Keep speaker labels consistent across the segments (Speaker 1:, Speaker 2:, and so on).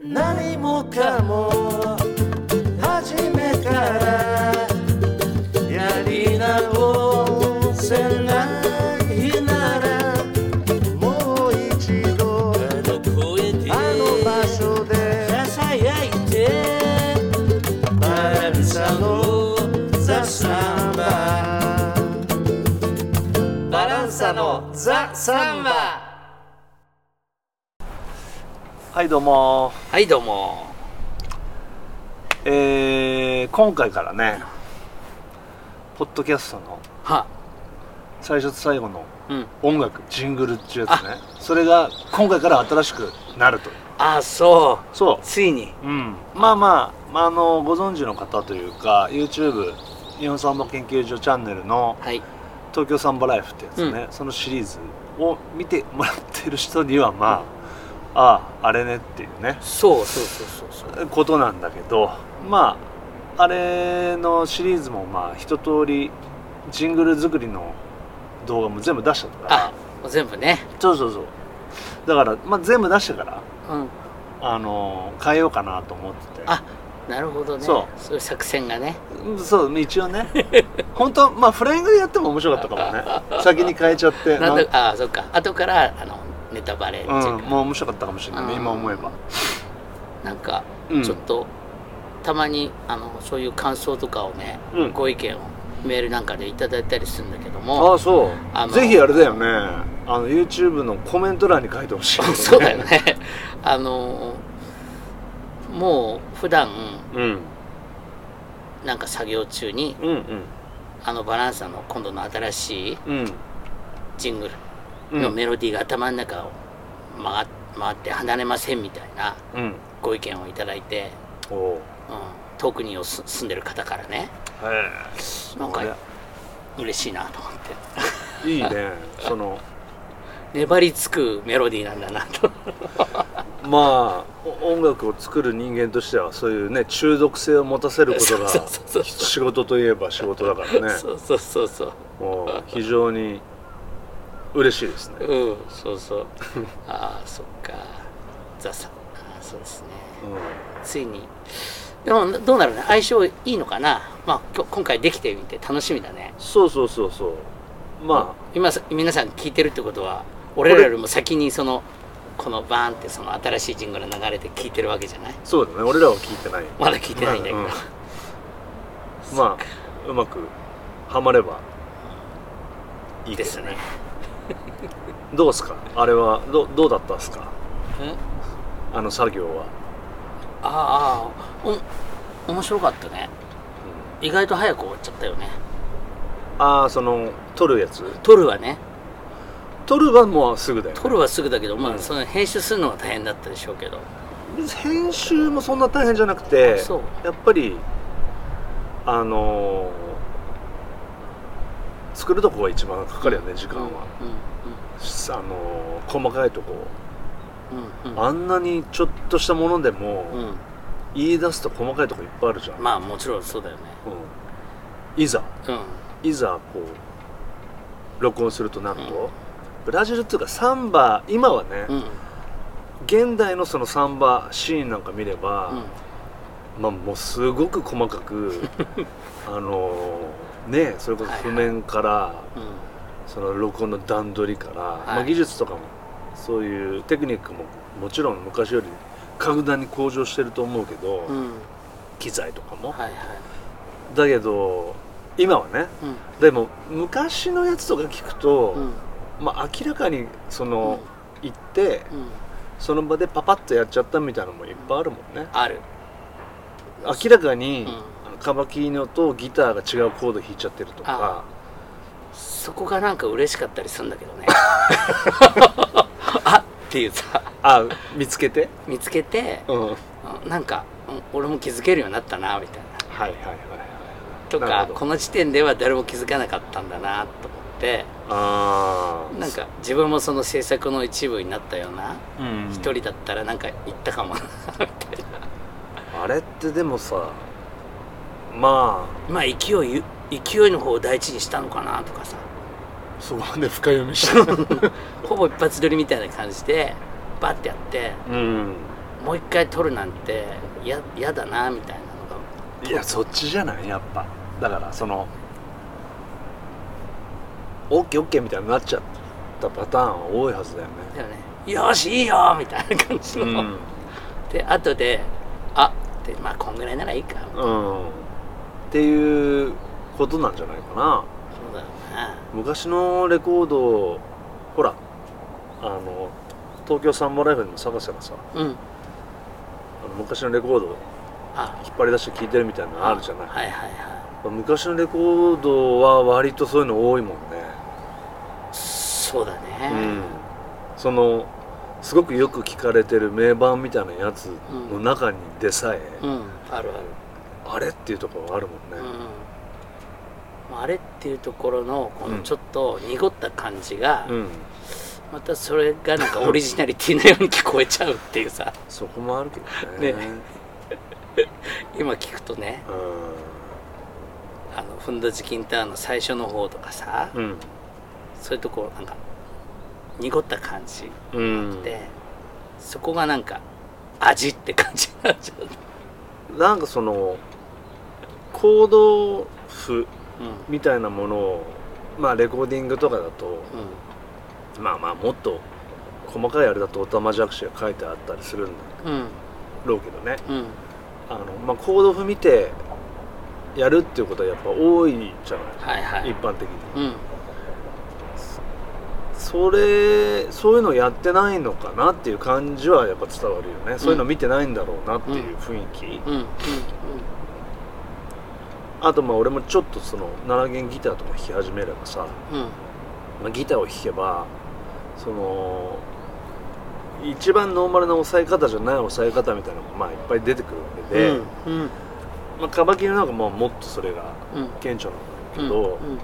Speaker 1: 何もかも初めからやり直せないならもう一度
Speaker 2: あの声で
Speaker 1: あの場所で
Speaker 2: ささやいて
Speaker 1: バランサ
Speaker 2: あ
Speaker 1: の
Speaker 2: の
Speaker 1: ザ・
Speaker 2: ザ・
Speaker 1: サ
Speaker 2: サ
Speaker 1: ン
Speaker 2: ンバ
Speaker 1: ババランサのザ・サンバはいどうも
Speaker 2: はいどうも
Speaker 1: えー今回からねポッドキャストの
Speaker 2: は
Speaker 1: 最初と最後の
Speaker 2: うん
Speaker 1: 音楽ジングルっていうやつねそれが今回から新しくなると
Speaker 2: あそ
Speaker 1: そう
Speaker 2: ついに
Speaker 1: う、うん、まあまあ、まあ、あのご存知の方というか YouTube 日本サンバ研究所チャンネルの
Speaker 2: はい
Speaker 1: 「東京サンバライフ」ってやつね、そのシリーズを見てもらってる人にはまあ、あああれねっていうね
Speaker 2: そうそうそうそうそう
Speaker 1: ことなんだけどまああれのシリーズもまあ一通りジングル作りの動画も全部出しちゃったから
Speaker 2: あ全部ね
Speaker 1: そうそうそうだから、まあ、全部出してから
Speaker 2: うん
Speaker 1: あの変えようかなと思ってて
Speaker 2: あなるほどね
Speaker 1: そう
Speaker 2: そういう作戦がね
Speaker 1: うんそう一応ね 本当まあフライングでやっても面白かったかもね先に変えちゃっ て
Speaker 2: なん
Speaker 1: なん
Speaker 2: だあそっか後からあのネタバレっていう
Speaker 1: うん、
Speaker 2: か、
Speaker 1: もう面白かったかもしれないね
Speaker 2: うん
Speaker 1: 今思えば、
Speaker 2: なんか
Speaker 1: うん、
Speaker 2: ちょっと、たまにあのそういう感想とかをね、
Speaker 1: うん
Speaker 2: ご意見をメールなんかでいただいたりするんだけど
Speaker 1: あ
Speaker 2: も
Speaker 1: あそう
Speaker 2: あの
Speaker 1: ぜひあれだよねあの YouTube のコメント欄に書いてほしい、
Speaker 2: そうだよねあのもう普段
Speaker 1: うん
Speaker 2: なんか作業中に
Speaker 1: うんうん
Speaker 2: あのバランサの今度の新しい
Speaker 1: うん
Speaker 2: ジング
Speaker 1: う
Speaker 2: ル
Speaker 1: ん
Speaker 2: のメロディーが頭の中を回回って離れませんみたいな
Speaker 1: うん
Speaker 2: ご意見をいただいて、
Speaker 1: お
Speaker 2: う
Speaker 1: お
Speaker 2: ん、遠くにお住住んでる方からね
Speaker 1: へえ
Speaker 2: なん
Speaker 1: こ
Speaker 2: か
Speaker 1: れ
Speaker 2: 嬉しいなと思って
Speaker 1: いいねその
Speaker 2: 粘りつくメロディーなんだなと
Speaker 1: まあお音楽を作る人間としてはそういうね中毒性を持たせることが
Speaker 2: そうそうそうそう
Speaker 1: 仕事といえば仕事だからね
Speaker 2: そうそうそうそう
Speaker 1: もう非常に嬉しいですね、
Speaker 2: うんそうそうああそっかザさんあーそうですねついにでもどうなるね相性いいのかなまあ今日今回できてみて楽しみだね
Speaker 1: そうそうそうそうまあ
Speaker 2: 今さ皆さん聞いてるってことは俺らよりも先にそのこのバーンってその新しいジングル流れて聞いてるわけじゃない
Speaker 1: そうだね俺らは聞いてない
Speaker 2: まだ聞いてないんだけど、
Speaker 1: うんまあうまくハマればいいけ
Speaker 2: で
Speaker 1: ど
Speaker 2: すね
Speaker 1: どうですかあれはどどうだったですか
Speaker 2: うん
Speaker 1: あの作業は、
Speaker 2: ああお面白かったね意外と早く終わっちゃったよね
Speaker 1: ああその撮るやつ
Speaker 2: 撮るはね
Speaker 1: 撮るはもうすぐだよね
Speaker 2: 撮るはすぐだけど、ま
Speaker 1: う
Speaker 2: あ、
Speaker 1: ん
Speaker 2: その編集するのは大変だったでしょうけど、
Speaker 1: 編集もそんな大変じゃなくて
Speaker 2: そう
Speaker 1: やっぱりあのー作るとこが一番かかるよね時間
Speaker 2: うんうん
Speaker 1: は、あのー細かいとこ
Speaker 2: うんうん
Speaker 1: あんなにちょっとしたものでも、
Speaker 2: うんうん
Speaker 1: 言い出すと細かいとこいっぱいあるじゃん、
Speaker 2: まあもちろんそうだよね
Speaker 1: うんいざ
Speaker 2: うん
Speaker 1: いざこう録音するとなると、ブラジルっていうかサンバ今はね、
Speaker 2: うん
Speaker 1: 現代のそのサンバシーンなんか見れば、
Speaker 2: うん
Speaker 1: まあ、もうすごく細 かくあのねそれこそ譜面から、その録音の段取りから、まあ、技術とかもそういうテクニックももちろん昔より格段に向上してると思うけど、
Speaker 2: うんうん
Speaker 1: 機材とかも、
Speaker 2: はいはい
Speaker 1: だけど今はね
Speaker 2: うん
Speaker 1: でも昔のやつとか聞くと、
Speaker 2: うん
Speaker 1: まあ、明らかにその、行って
Speaker 2: うん
Speaker 1: その場でパパッとやっちゃったみたいなのもいっぱいあるもんね
Speaker 2: ある
Speaker 1: 明らかに、
Speaker 2: うん
Speaker 1: あのカバキーノとギターが違うコード弾いちゃってるとか
Speaker 2: そこがなんか嬉しかったりするんだけど ねあっていうさ
Speaker 1: あ見つけて
Speaker 2: 見つけて
Speaker 1: うんはい
Speaker 2: うんなんかうん俺も気づけるようになったなみたいな
Speaker 1: はいはいはい
Speaker 2: と
Speaker 1: なる
Speaker 2: か
Speaker 1: ほど
Speaker 2: この時点では誰も気づかなかったんだなと思って
Speaker 1: ああ
Speaker 2: なんか自分もその制作の一部になったような
Speaker 1: うん
Speaker 2: 一人だったらなんか言ったかも なみたいな
Speaker 1: あれってでもさま
Speaker 2: まあ勢い勢いの方を大事にしたのかなとかさ
Speaker 1: あそこまで深読みした
Speaker 2: ほぼ一発撮りみたいな感じでバッてやって
Speaker 1: うん
Speaker 2: もう一回撮るなんてややだなみたいなのが
Speaker 1: いやそっちじゃないやっぱだからその OKOK みたいになっちゃったパターンは多いはずだよね
Speaker 2: だよねよしいいよみたいな感じの、
Speaker 1: うん
Speaker 2: で後であでまあこんぐらいならいいか
Speaker 1: うんっていうことなんじゃないかな
Speaker 2: そうだよね
Speaker 1: 昔のレコードほらあの東京サンボライフでも探せばさ
Speaker 2: うん
Speaker 1: あの昔のレコード
Speaker 2: あ
Speaker 1: 引っ張り出して聴いてるみたいなのあるじゃない、
Speaker 2: はいはいは
Speaker 1: 昔のレコードは割とそういうの多いもんね、
Speaker 2: いそうだ
Speaker 1: う
Speaker 2: ね
Speaker 1: ん、そのすごくよく聞かれてる名盤みたいなやつの中にでさえ、
Speaker 2: うん、あるある
Speaker 1: あれっていうところがあるもん
Speaker 2: う
Speaker 1: ね、
Speaker 2: んまああれっていうところのこ
Speaker 1: う
Speaker 2: の
Speaker 1: ん
Speaker 2: ちょっと濁った感じが、
Speaker 1: うん、
Speaker 2: またそれがなんかオリジナリティのように聞こえちゃうっていうさ
Speaker 1: そこもあるけどね
Speaker 2: ね今聞くとねあのふんどじキンターンの最初の方とかさ、
Speaker 1: うんうん
Speaker 2: そういうとこなんか濁った感じ
Speaker 1: うん
Speaker 2: で、そこがなんか味って感じになっちゃう、
Speaker 1: なんかその行動譜
Speaker 2: うん
Speaker 1: みたいなものをまあレコーディングとかだと
Speaker 2: うん
Speaker 1: まあまあもっと細かいあれだとオタマジャクシが書いてあったりするんだ
Speaker 2: うん
Speaker 1: ろうけどね
Speaker 2: うん
Speaker 1: あの、まあ、行動譜見てやるっていうことはやっぱ多いじゃな
Speaker 2: はいはいい
Speaker 1: 一般的に
Speaker 2: うん
Speaker 1: それそういうのやってないのかなっていう感じはやっぱ伝わるよね、そういうの見てないんだろうなっていう雰囲気、
Speaker 2: うんうん
Speaker 1: あとまあ俺もちょっとその7弦ギターとか弾き始めればさ、
Speaker 2: うんうん
Speaker 1: まあ、ギターを弾けばその一番ノーマルな押さえ方じゃない押さえ方みたいなのがまあいっぱい出てくるわけで、
Speaker 2: うんうん
Speaker 1: まあカバキリなんかまあもっとそれが
Speaker 2: うん
Speaker 1: 顕著なん
Speaker 2: う
Speaker 1: だけ
Speaker 2: ん
Speaker 1: ど、
Speaker 2: うん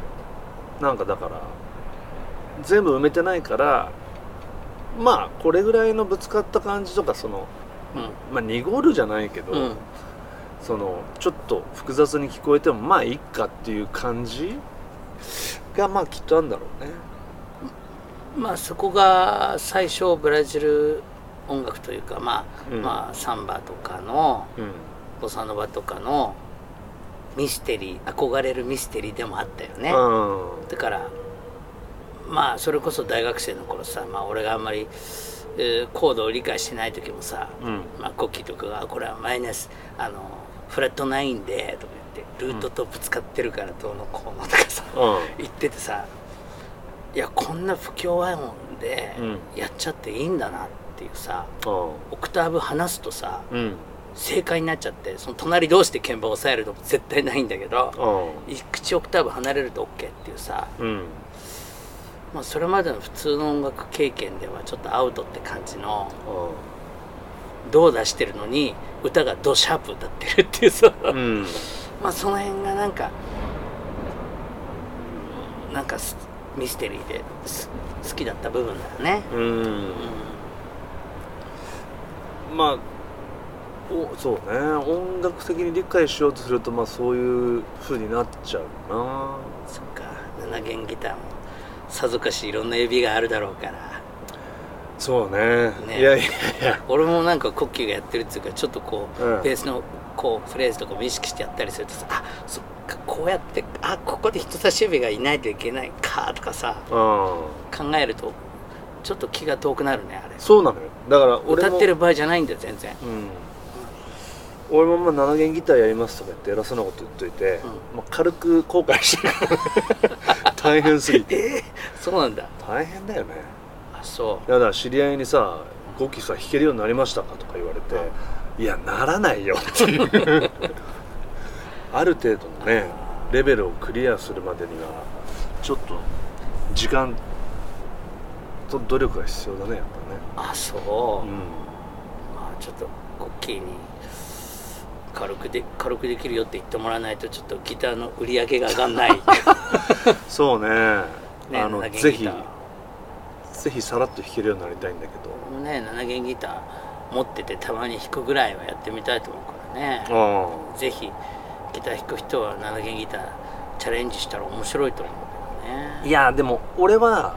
Speaker 1: なんかだから全部埋めてないからまあこれぐらいのぶつかった感じとかその、まあ、濁るじゃないけど、
Speaker 2: うん
Speaker 1: そのちょっと複雑に聞こえてもまあいっかっていう感じがまあきっとあるんだろうね。
Speaker 2: まあそこが最初ブラジル音楽というかまあ、
Speaker 1: うん
Speaker 2: まあサンバとかの
Speaker 1: うん
Speaker 2: ボサノバとかのミステリー憧れるミステリーでもあったよね、
Speaker 1: うん
Speaker 2: だからまあそれこそ大学生の頃さ、まあ、俺があんまり、えーコードを理解してない時もさ、
Speaker 1: うん
Speaker 2: まあ、コッキーとかが「これはマイナスあのフラットナインで」とか言って「ルートとぶつかってるからどうのこうの」とかさ、
Speaker 1: う
Speaker 2: 言っててさいやこんな不協和音で
Speaker 1: うん
Speaker 2: やっちゃっていいんだなっていうさ
Speaker 1: ん
Speaker 2: オクターブ離すとさ
Speaker 1: うん
Speaker 2: 正解になっちゃってその隣同士で鍵盤を押さえるのも絶対ないんだけど口オクターブ離れると OK っていうさ、
Speaker 1: うん
Speaker 2: まあ、それまでの普通の音楽経験ではちょっとアウトって感じのどう出してるのに歌がドシャープ歌ってるっていうさ、
Speaker 1: うん
Speaker 2: まあその辺がなんかなんかすミステリーです好きだった部分だよね
Speaker 1: うんまあおそうね音楽的に理解しようとするとまあそういう風になっちゃうな
Speaker 2: そっか7弦ギターもさぞかしいろんな指があるだろうから
Speaker 1: そうね
Speaker 2: ね
Speaker 1: いやいやいや
Speaker 2: 俺もなんかコッキーがやってるっていうかちょっとこう、
Speaker 1: うん
Speaker 2: ベースのこうフレーズとかも意識してやったりするとさあそっかこうやってあここで人差し指がいないといけないかとかさ
Speaker 1: うん
Speaker 2: 考えるとちょっと気が遠くなるねあれ
Speaker 1: そうなのよだから俺も
Speaker 2: 歌ってる場合じゃないんだよ全然
Speaker 1: うん俺もまあ7弦ギターやりますとか言って偉そうなこと言っといて、
Speaker 2: う
Speaker 1: まあ、軽く後悔してる大変すぎて
Speaker 2: えそうなんだ
Speaker 1: 大変だよね
Speaker 2: あそ
Speaker 1: いやだから知り合いにさ「ゴキさ弾けるようになりましたか?」とか言われて「いやならないよ」っていうある程度のねレベルをクリアするまでにはちょっと時間と努力が必要だねやっ
Speaker 2: うあそう
Speaker 1: ぱ、ね
Speaker 2: まあ、ちょっとコッキーに軽くで軽くできるよって言ってもらわないとちょっとギターの売り上げが上がんないね
Speaker 1: うんそうねあの
Speaker 2: 7弦
Speaker 1: ぜ
Speaker 2: ギ
Speaker 1: ひ
Speaker 2: ター
Speaker 1: ぜひさらっと弾けるようになりたいんだけど
Speaker 2: もうね7弦ギター持っててたまに弾くぐらいはやってみたいと思うからね
Speaker 1: あ
Speaker 2: ぜひギター弾く人は7弦ギターチャレンジしたら面白いと思うけど
Speaker 1: あ
Speaker 2: ね
Speaker 1: いやでも俺は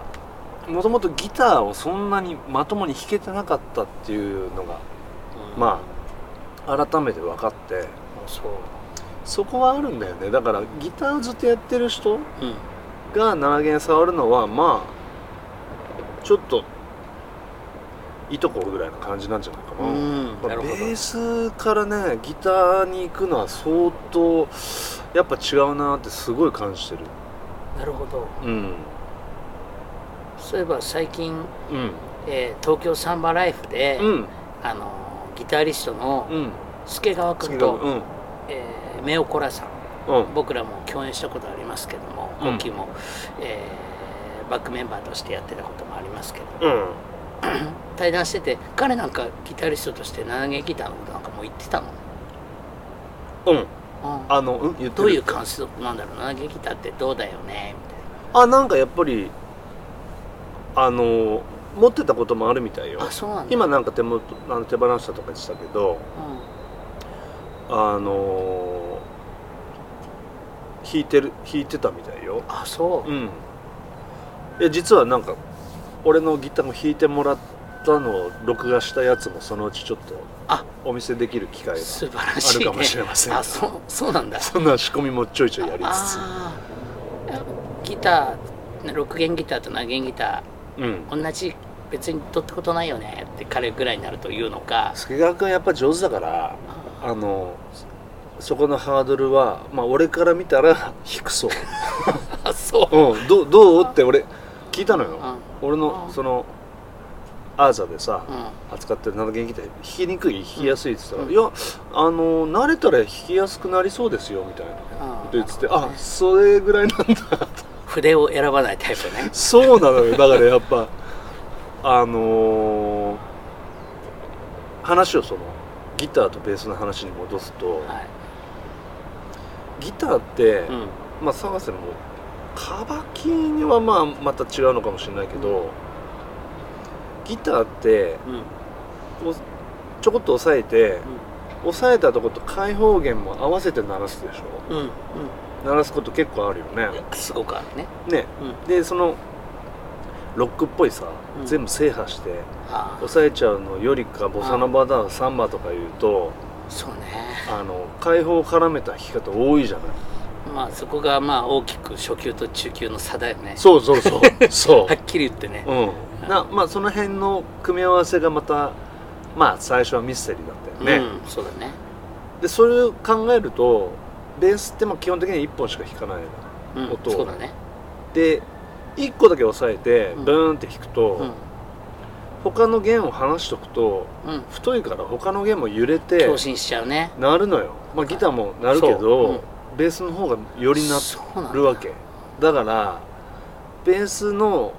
Speaker 1: もともとギターをそんなにまともに弾けてなかったっていうのが
Speaker 2: うん
Speaker 1: まあ改めて分かって
Speaker 2: そう
Speaker 1: そこはあるんだよねだからギターずっとやってる
Speaker 2: う
Speaker 1: 人
Speaker 2: ん
Speaker 1: が7弦触るのはまあちょっといとこぐらいの感じなんじゃないかな、
Speaker 2: うん
Speaker 1: ま
Speaker 2: な
Speaker 1: あ
Speaker 2: るほ
Speaker 1: ベ
Speaker 2: ど
Speaker 1: ースからねギターに行くのは相当やっぱ違うなってすごい感じてる
Speaker 2: なるほど
Speaker 1: うん
Speaker 2: そういえば最近、
Speaker 1: うん
Speaker 2: えー東京サンバライフで、
Speaker 1: うん
Speaker 2: あのギタリストの
Speaker 1: うん
Speaker 2: 助川君
Speaker 1: 次
Speaker 2: と、
Speaker 1: がうん
Speaker 2: えー、メオコラさん
Speaker 1: うん
Speaker 2: 僕らも共演したことありますけども
Speaker 1: うん
Speaker 2: 今期も、えーバックメンバーとしてやってたこともありますけど
Speaker 1: うん
Speaker 2: 対談してて彼なんかギタリストとして7弦ギターのことなんかもう言ってたもん、
Speaker 1: うん
Speaker 2: うん
Speaker 1: あのうん言って
Speaker 2: どういう
Speaker 1: る
Speaker 2: 感想なんだろう7弦ギターってどうだよね
Speaker 1: あなんかやっぱりあの持ってたこともあるみたい
Speaker 2: み
Speaker 1: よ
Speaker 2: たいなあそうなんだ
Speaker 1: 今なんか手元あの手放したとか言ってたけどあのー弾いてる弾いてたみたいよ
Speaker 2: あそう、
Speaker 1: うんいや実はなんか俺のギターも弾いてもらったのを録画したやつもそのうちちょっと
Speaker 2: あ
Speaker 1: お見せできる機会が
Speaker 2: 素晴ら
Speaker 1: あ
Speaker 2: しい、ね、
Speaker 1: るかもしれません
Speaker 2: あそうそうなんだ
Speaker 1: そんな仕込みもちょいちょいやりつつ
Speaker 2: あーギター6弦ギターと7弦ギタ
Speaker 1: うん
Speaker 2: ー同じ別に取ったことないよねって彼ぐらいになると言うの か
Speaker 1: 助川君やっぱ上手だから
Speaker 2: あ
Speaker 1: あのそこのハードルはまあ俺から見たら 低そう
Speaker 2: あそう、
Speaker 1: うんどうどうって俺聞いたのよ
Speaker 2: うん
Speaker 1: 俺のそのアーザでさ
Speaker 2: うん、
Speaker 1: 扱ってる7弦ギター弾きにくい弾きやすいって言ったら「
Speaker 2: うん
Speaker 1: いやあの慣れたら弾きやすくなりそうですよ」みたいなこと言ってて「あそれぐらいなんだ」
Speaker 2: 筆を選ばないタイプ ね
Speaker 1: そうなのよだからやっぱあのー話をそのギターとベースの話に戻すと
Speaker 2: はい、
Speaker 1: ギターって、
Speaker 2: うん、
Speaker 1: まあ探せもカバキにはまあまた違うのかもしれないけど、ギターって
Speaker 2: うん、
Speaker 1: こうちょこっと押さえて押さえたとこと開放弦も合わせて鳴らすでしょ
Speaker 2: うん、うん、
Speaker 1: 鳴らすこと結構あるよね
Speaker 2: すごくあるね。
Speaker 1: ね
Speaker 2: うん、
Speaker 1: でそのロックっぽいさ、
Speaker 2: うん
Speaker 1: 全部制覇して
Speaker 2: ああ、
Speaker 1: 抑えちゃうのよりかボサノバだサンバとか言うと
Speaker 2: そうね。
Speaker 1: あの開放を絡めた弾き方多いじゃない
Speaker 2: まあ、そこがまあ、大きく初級と中級の差だよね。
Speaker 1: そうそう そうそう
Speaker 2: はっきり言ってね。
Speaker 1: うん、なまあその辺の組み合わせがまたまあ最初はミステリーだったよね、
Speaker 2: うん、そうだね。
Speaker 1: でそれを考えるとベースってまあ基本的には1本しか弾かないの
Speaker 2: うん、
Speaker 1: 音を
Speaker 2: そうだね。
Speaker 1: で1個だけ押さえて
Speaker 2: うん
Speaker 1: ブーンって弾くと、
Speaker 2: うん、
Speaker 1: 他の弦を離しとくと
Speaker 2: うん、
Speaker 1: 太いから他の弦も揺れて
Speaker 2: 共振しちゃうね。
Speaker 1: 鳴るのよ、まあ、ギターも鳴るけ
Speaker 2: そうう
Speaker 1: ど、ベースの方がより鳴
Speaker 2: そうなんだ
Speaker 1: るわけだからベースの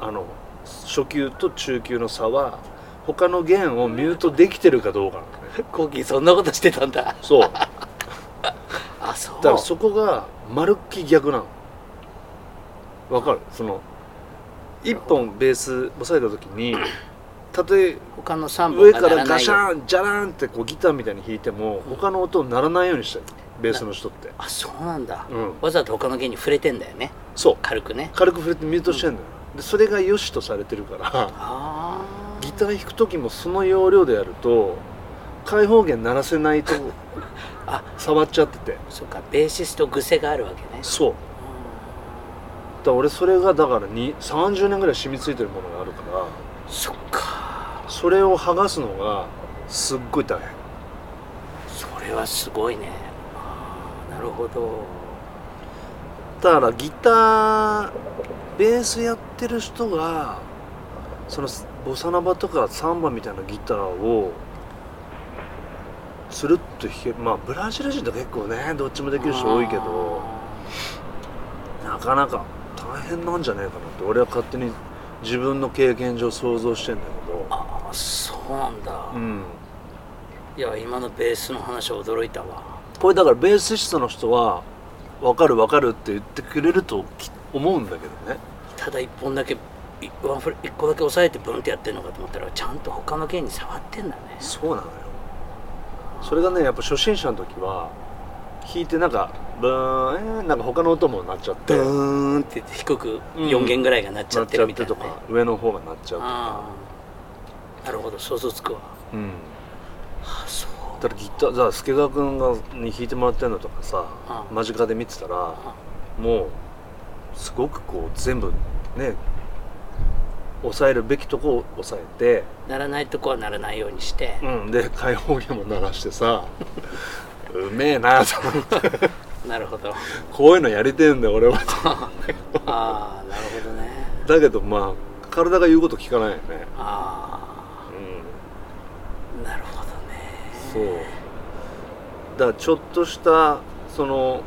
Speaker 1: あの初級と中級の差は他の弦をミュートできてるかどうかなんだね
Speaker 2: コーキー、そんなことしてたんだ。
Speaker 1: そうだか
Speaker 2: あ、そう。
Speaker 1: らそこがまるっきり逆なのわかるその一本ベース押さえた時にたとえ
Speaker 2: 他の三本
Speaker 1: 上
Speaker 2: がな
Speaker 1: から
Speaker 2: ら
Speaker 1: ガ
Speaker 2: ない
Speaker 1: シ
Speaker 2: ように。
Speaker 1: ャンジャランってこうギターみたいに弾いても他の音鳴らないようにしたいベースの人って
Speaker 2: あ、そうなんだ。
Speaker 1: うん
Speaker 2: わざと他の弦に触れてんだよね。
Speaker 1: そう
Speaker 2: 軽くね。
Speaker 1: 軽く触れてミュートしてんのよ、でそれが良しとされてるから
Speaker 2: ああ。
Speaker 1: ギター弾く時もその要領でやると開放弦鳴らせないと
Speaker 2: あ
Speaker 1: 触っちゃってて
Speaker 2: そうか、ベーシスト癖があるわけね。
Speaker 1: そうだから俺それがだからに30年ぐらい染みついてるものがあるから
Speaker 2: そっか
Speaker 1: それを剥がすのがすっごい大変
Speaker 2: それはすごいねあーなるほど
Speaker 1: だからギターベースやってる人がそのボサノバとかサンバみたいなギターをつるっと弾けまあブラジル人と結構ねどっちもできる人多いけどなかなか大変なんじゃないかなって俺は勝手に自分の経験上想像してんだけど
Speaker 2: ああそうなんだ、
Speaker 1: うん
Speaker 2: いや今のベースの話は驚いたわ
Speaker 1: これだからベースシストの人は分かる分かるって言ってくれるとき思うんだけどね
Speaker 2: ただ一本だけいワンフレ一個だけ押さえてブンってやってんのかと思ったらちゃんと他の弦に触ってんだね
Speaker 1: そうなのよそれがねやっぱ初心者の時は弾いてなんかブーンえーなんか他の音も鳴っちゃって
Speaker 2: ブ
Speaker 1: 鳴っ
Speaker 2: ーンって低く
Speaker 1: うん
Speaker 2: 4弦ぐらいが鳴っち
Speaker 1: ち
Speaker 2: ゃ
Speaker 1: ゃ
Speaker 2: っ
Speaker 1: ってて
Speaker 2: るみたい
Speaker 1: と
Speaker 2: な、ね
Speaker 1: か上の方が鳴っちゃうとか
Speaker 2: ああなるほど想像つくわ
Speaker 1: うんだからギターじゃあ助川君がに弾いてもらってるのとかさ
Speaker 2: うん
Speaker 1: 間近で見てたらもうすごくこう全部ね抑えるべきとこを抑えて、
Speaker 2: ならないとこはならないようにして、
Speaker 1: うん、で開放弦も鳴らしてさ うめえなと思って
Speaker 2: なるほど
Speaker 1: こういうのやりてえんだよ俺は
Speaker 2: ああなるほどね
Speaker 1: だけどまあ体が言うこと聞かないよね
Speaker 2: あ
Speaker 1: う
Speaker 2: あなるほどね
Speaker 1: んそうだからちょっとしたその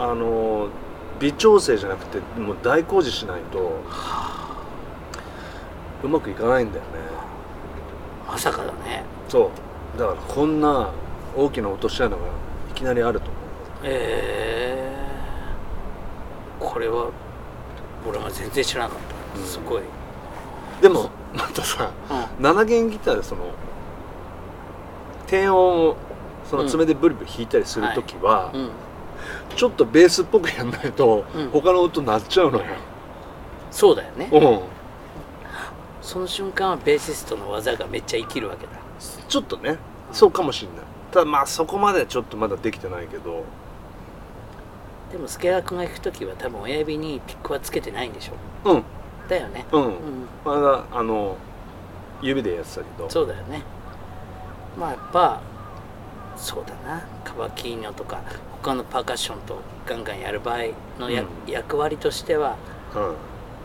Speaker 1: あの微調整じゃなくてもう大工事しないとうまくいかないんだよね
Speaker 2: まさかだね
Speaker 1: そうだからこんな大きな落とし穴がいきなりあると思
Speaker 2: ええこれは俺も全然知らなかった、
Speaker 1: うん
Speaker 2: すごい、うん、
Speaker 1: うでもまたさ7弦ギターでその低音をその爪でブリブリ弾いたりするときは、
Speaker 2: うん、
Speaker 1: ちょっとベースっぽくやんないと、
Speaker 2: うん
Speaker 1: 他の音鳴っちゃうのよ、
Speaker 2: そうだよね
Speaker 1: うん、
Speaker 2: その瞬間はベーシストの技がめっちゃ生きるわけだ
Speaker 1: ちょっとねそうかもしれないただまあそこまでちょっとまだできてないけど
Speaker 2: でも助川君が弾く時は多分親指にピックはつけてないんでしょ
Speaker 1: うん
Speaker 2: だよね
Speaker 1: うん、
Speaker 2: うん
Speaker 1: まだあの指でやってたけど
Speaker 2: そうだよねまあやっぱそうだなカバキーニョとか他のパーカッションとガンガンやる場合のや、
Speaker 1: うん
Speaker 2: 役割としては
Speaker 1: うん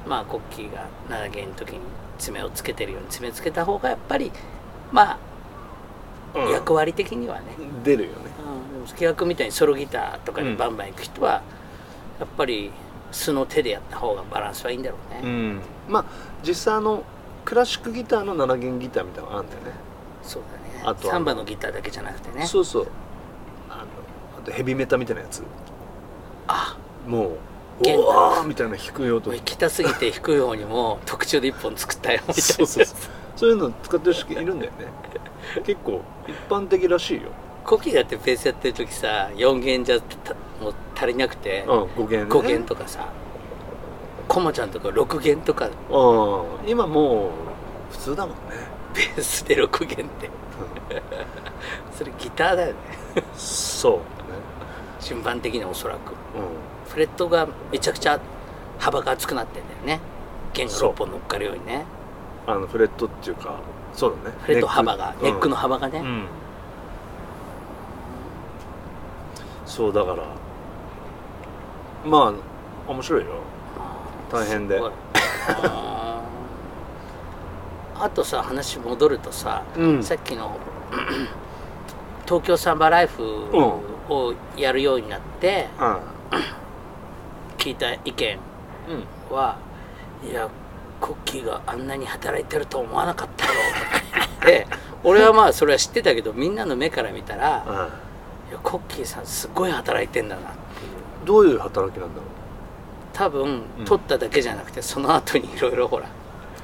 Speaker 2: まあコッキーが7弦の時に爪をつけてるように爪つけた方がやっぱりまあ、
Speaker 1: うん
Speaker 2: 役割的にはね、
Speaker 1: 出るよね
Speaker 2: うん、でも助川君みたいにソロギターとかにバンバン行く人は、やっぱり素の手でやった方がバランスはいいんだろうね、
Speaker 1: うんまあ実際あのクラシックギターの7弦ギターみたいなのあるんだよね
Speaker 2: そうだね
Speaker 1: あとは
Speaker 2: サンバのギターだけじゃなくてね
Speaker 1: そうそうあのあとヘビメタみたいなやつ
Speaker 2: あ
Speaker 1: もう
Speaker 2: 弦
Speaker 1: う
Speaker 2: だ
Speaker 1: わーみたいな弾くよと
Speaker 2: もう行きたすぎて低い方にも特注で一本作ったよみたいな
Speaker 1: そうそうそうそういうの使ってる人いるんだよね結構一般的らしいよ、
Speaker 2: コキがってベースやってる時さ4弦じゃたもう足りなくて、
Speaker 1: うん、5弦ね
Speaker 2: 5弦とかさコモちゃんとか6弦とか
Speaker 1: うん今もう普通だもんね、
Speaker 2: ベースで6弦ってそれギターだよね
Speaker 1: そう
Speaker 2: 順番的におそらく
Speaker 1: ね、
Speaker 2: フレットがめちゃくちゃ幅が厚くなってんだよね弦が
Speaker 1: そう
Speaker 2: 6本乗っかるようにね
Speaker 1: うん、あのフレットっていうかそうだね
Speaker 2: フレット幅がネックの
Speaker 1: 幅
Speaker 2: 幅がね、
Speaker 1: うん、うんそうだからまあ面白いよ大変です
Speaker 2: ごいあーあとさ話戻るとさ、
Speaker 1: うん
Speaker 2: さっきの東京サンバライフをやるようになって聞いた意見
Speaker 1: うん、うん、
Speaker 2: はいやコッキーがあんなに働いてると思わなかったよって俺はまあそれは知ってたけどみんなの目から見たらいやコッキーさんすごい働いてんだなっていう
Speaker 1: どういう働きなんだろう
Speaker 2: 多分
Speaker 1: うん
Speaker 2: 撮っただけじゃなくてその後にいろいろほら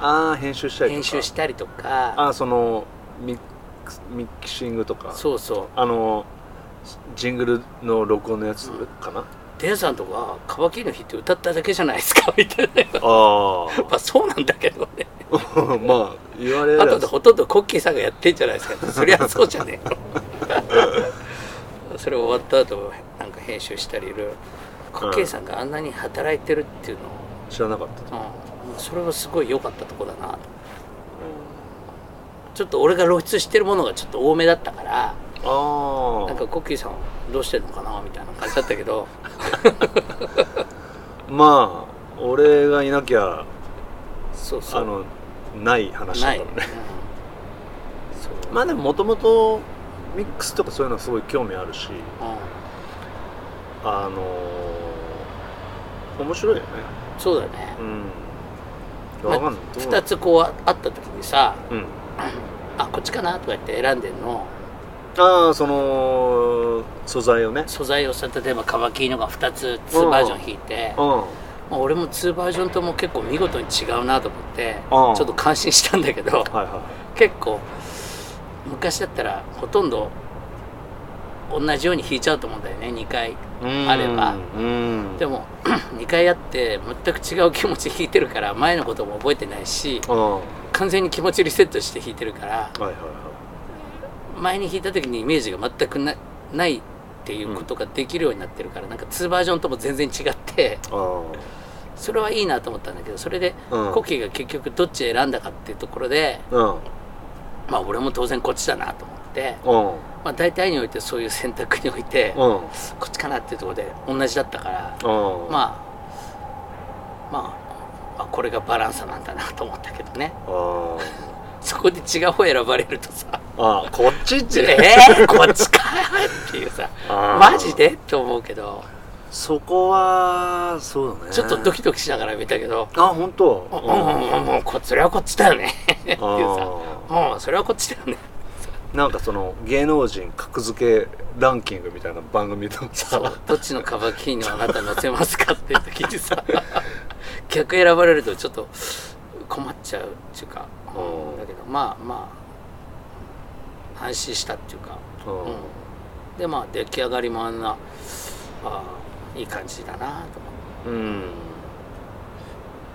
Speaker 1: ああ編集したりとか
Speaker 2: 編集したりとか
Speaker 1: あーそのミックスミキシングとか
Speaker 2: そうそう
Speaker 1: あのジングルの録音のやつ かな、
Speaker 2: デンさんとか「カバキの日」って歌っただけじゃないですかみたいな
Speaker 1: あ
Speaker 2: まあそうなんだけどね
Speaker 1: あ まあ言われ
Speaker 2: あ
Speaker 1: れ
Speaker 2: とで
Speaker 1: ば
Speaker 2: ほとんどコッキーさんがやってんじゃないですかそりゃそうじゃねえの それ終わった後なんか編集したりいろいろコッキーさんがあんなに働いてるっていうの
Speaker 1: 知らなかったと、
Speaker 2: うん、それはすごい良かったとこだなとちょっと俺が露出してるものがちょっと多めだったから
Speaker 1: ああ
Speaker 2: なんかコッキーさんどうしてんのかなみたいな感じだったけど
Speaker 1: まあ俺がいなきゃ
Speaker 2: そうそ
Speaker 1: あ
Speaker 2: う
Speaker 1: のない話だ
Speaker 2: な
Speaker 1: っ
Speaker 2: い、
Speaker 1: た
Speaker 2: うん
Speaker 1: もんね
Speaker 2: そう
Speaker 1: まあでももともとミックスとかそういうのすごい興味あるし
Speaker 2: う
Speaker 1: あのー面白いよね
Speaker 2: ん、そうだよね
Speaker 1: うん
Speaker 2: まあ
Speaker 1: わかんない、どうな
Speaker 2: 2つこうああった時にさ
Speaker 1: うん
Speaker 2: 「あこっちかな」とか言って選んでんの
Speaker 1: ああその素材をね
Speaker 2: 素材をさ例えばカバキーノが2つ2バージョン弾いて、
Speaker 1: う
Speaker 2: ま
Speaker 1: ん
Speaker 2: あ俺も2バージョンとも結構見事に違うなと思って、
Speaker 1: うん
Speaker 2: ちょっと感心したんだけど
Speaker 1: はいは
Speaker 2: 結構昔だったらほとんど同じように弾いちゃうと思うんだよね2回
Speaker 1: いうん
Speaker 2: あれば
Speaker 1: うん
Speaker 2: でも2 回やって全く違う気持ちで弾いてるから前のことも覚えてないし
Speaker 1: うんは
Speaker 2: 完全に気持ちリセットして弾いてるから
Speaker 1: いはいは
Speaker 2: 前に弾いた時にイメージが全くなないっていうことができるようになってるから、なんか2バージョンとも全然違って
Speaker 1: あー
Speaker 2: それはいいなと思ったんだけどそれで
Speaker 1: うん
Speaker 2: コキが結局どっち選んだかっていうところで、
Speaker 1: うん
Speaker 2: まあ俺も当然こっちだなと思って、
Speaker 1: うん
Speaker 2: まあ、大体においてそういう選択において、
Speaker 1: うんうん
Speaker 2: こっちかなっていうところで同じだったから、
Speaker 1: あ
Speaker 2: まあまあ、まあこれがバランサなんだなと思ったけどね
Speaker 1: ー
Speaker 2: そこで違う方選ばれるとさ
Speaker 1: あーこっちっ
Speaker 2: 「え
Speaker 1: て
Speaker 2: ー、こっちか!」っていうさ「
Speaker 1: あー
Speaker 2: マジで?」って思うけど
Speaker 1: そこはそうだね
Speaker 2: ちょっとドキドキしながら見たけど
Speaker 1: あ本当
Speaker 2: 「うんうんうんもうこそれはこっちだよね」っていうさ
Speaker 1: あ
Speaker 2: 「うんそれはこっちだよね
Speaker 1: なんかその芸能人格付けランキングみたいな番組と」さ
Speaker 2: どっちのカバキーニをあなた乗せますか?」っていう時に さ逆選ばれるとちょっと困っちゃうっていうか、
Speaker 1: うん
Speaker 2: だけどまあまあ安心したっていうか。
Speaker 1: うん
Speaker 2: うん、でまあ出来上がりもあんなああいい感じだなと思って
Speaker 1: うん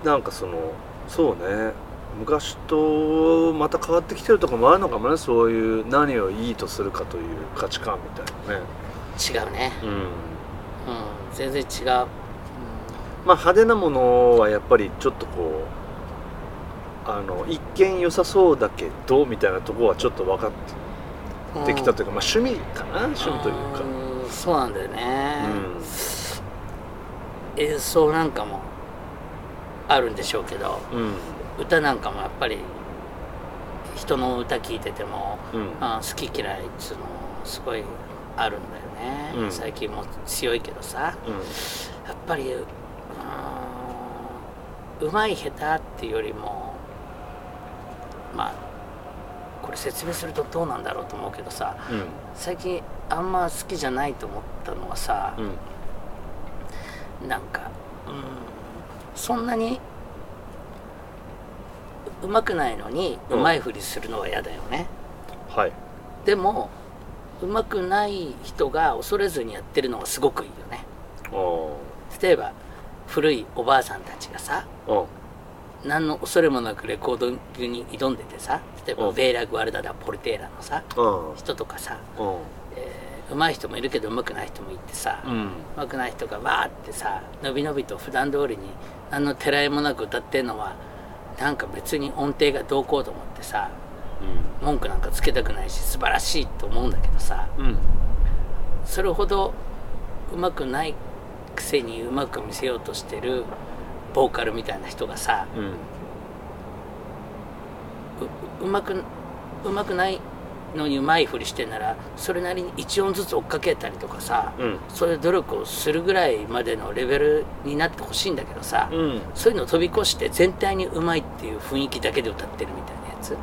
Speaker 1: なんかそのそうね昔とまた変わってきてるとこもあるのかもねそういう何をいいとするかという価値観みたいなね
Speaker 2: 違うね、
Speaker 1: うん
Speaker 2: うん、全然違う、
Speaker 1: まあ派手なものはやっぱりちょっとこうあの一見良さそうだけどみたいなとこはちょっと分か
Speaker 2: うん
Speaker 1: ってきたというか、まあ趣味かな趣味というか
Speaker 2: うんそうなんだよね、
Speaker 1: うん
Speaker 2: 演奏なんかもあるんでしょうけど
Speaker 1: うん
Speaker 2: 歌なんかもやっぱり人の歌聴いてても、
Speaker 1: うん
Speaker 2: ああ好き嫌いっつうのもすごいあるんだよね、
Speaker 1: うん
Speaker 2: 最近も強いけどさ、
Speaker 1: うん
Speaker 2: やっぱりうーんうまい下手っていうよりもまあこれ説明するとどうなんだろうと思うけどさ
Speaker 1: うん
Speaker 2: 最近あんま好きじゃないと思ったのはさ
Speaker 1: う、ん
Speaker 2: なんかうーんそんなにうまくないのに
Speaker 1: う
Speaker 2: うんまいふりするのは嫌だよね、
Speaker 1: はい
Speaker 2: でもうまくない人が恐れずにやってるのがすごくいいよね
Speaker 1: あー
Speaker 2: 例えば古いおばあさんたちがさ
Speaker 1: あ
Speaker 2: 何の恐れもなくレコードに挑んでてさ例えばベーラ・グアルダだポルテーラのさ
Speaker 1: あ
Speaker 2: 人とかさ、
Speaker 1: あうん
Speaker 2: えー、上手い人もいるけど上手くない人もいてさ、
Speaker 1: うん
Speaker 2: 上手くない人がわーってさのびのびと普段通りに何のてらいもなく歌ってんのはなんか別に音程がどうこうと思ってさ文句なんかつけたくないし素晴らしいと思うんだけどさ
Speaker 1: うんうん
Speaker 2: それほど上手くないくせにうまく見せようとしてるボーカルみたいな人がさ、
Speaker 1: うん
Speaker 2: ううまくうまくないのにうまいふりしてんならそれなりに1音ずつ追っかけたりとかさ、
Speaker 1: うん
Speaker 2: そういう努力をするぐらいまでのレベルになってほしいんだけどさ、
Speaker 1: うん
Speaker 2: そういうのを飛び越して全体にうまいっていう雰囲気だけで歌ってるみたいなやつ
Speaker 1: ん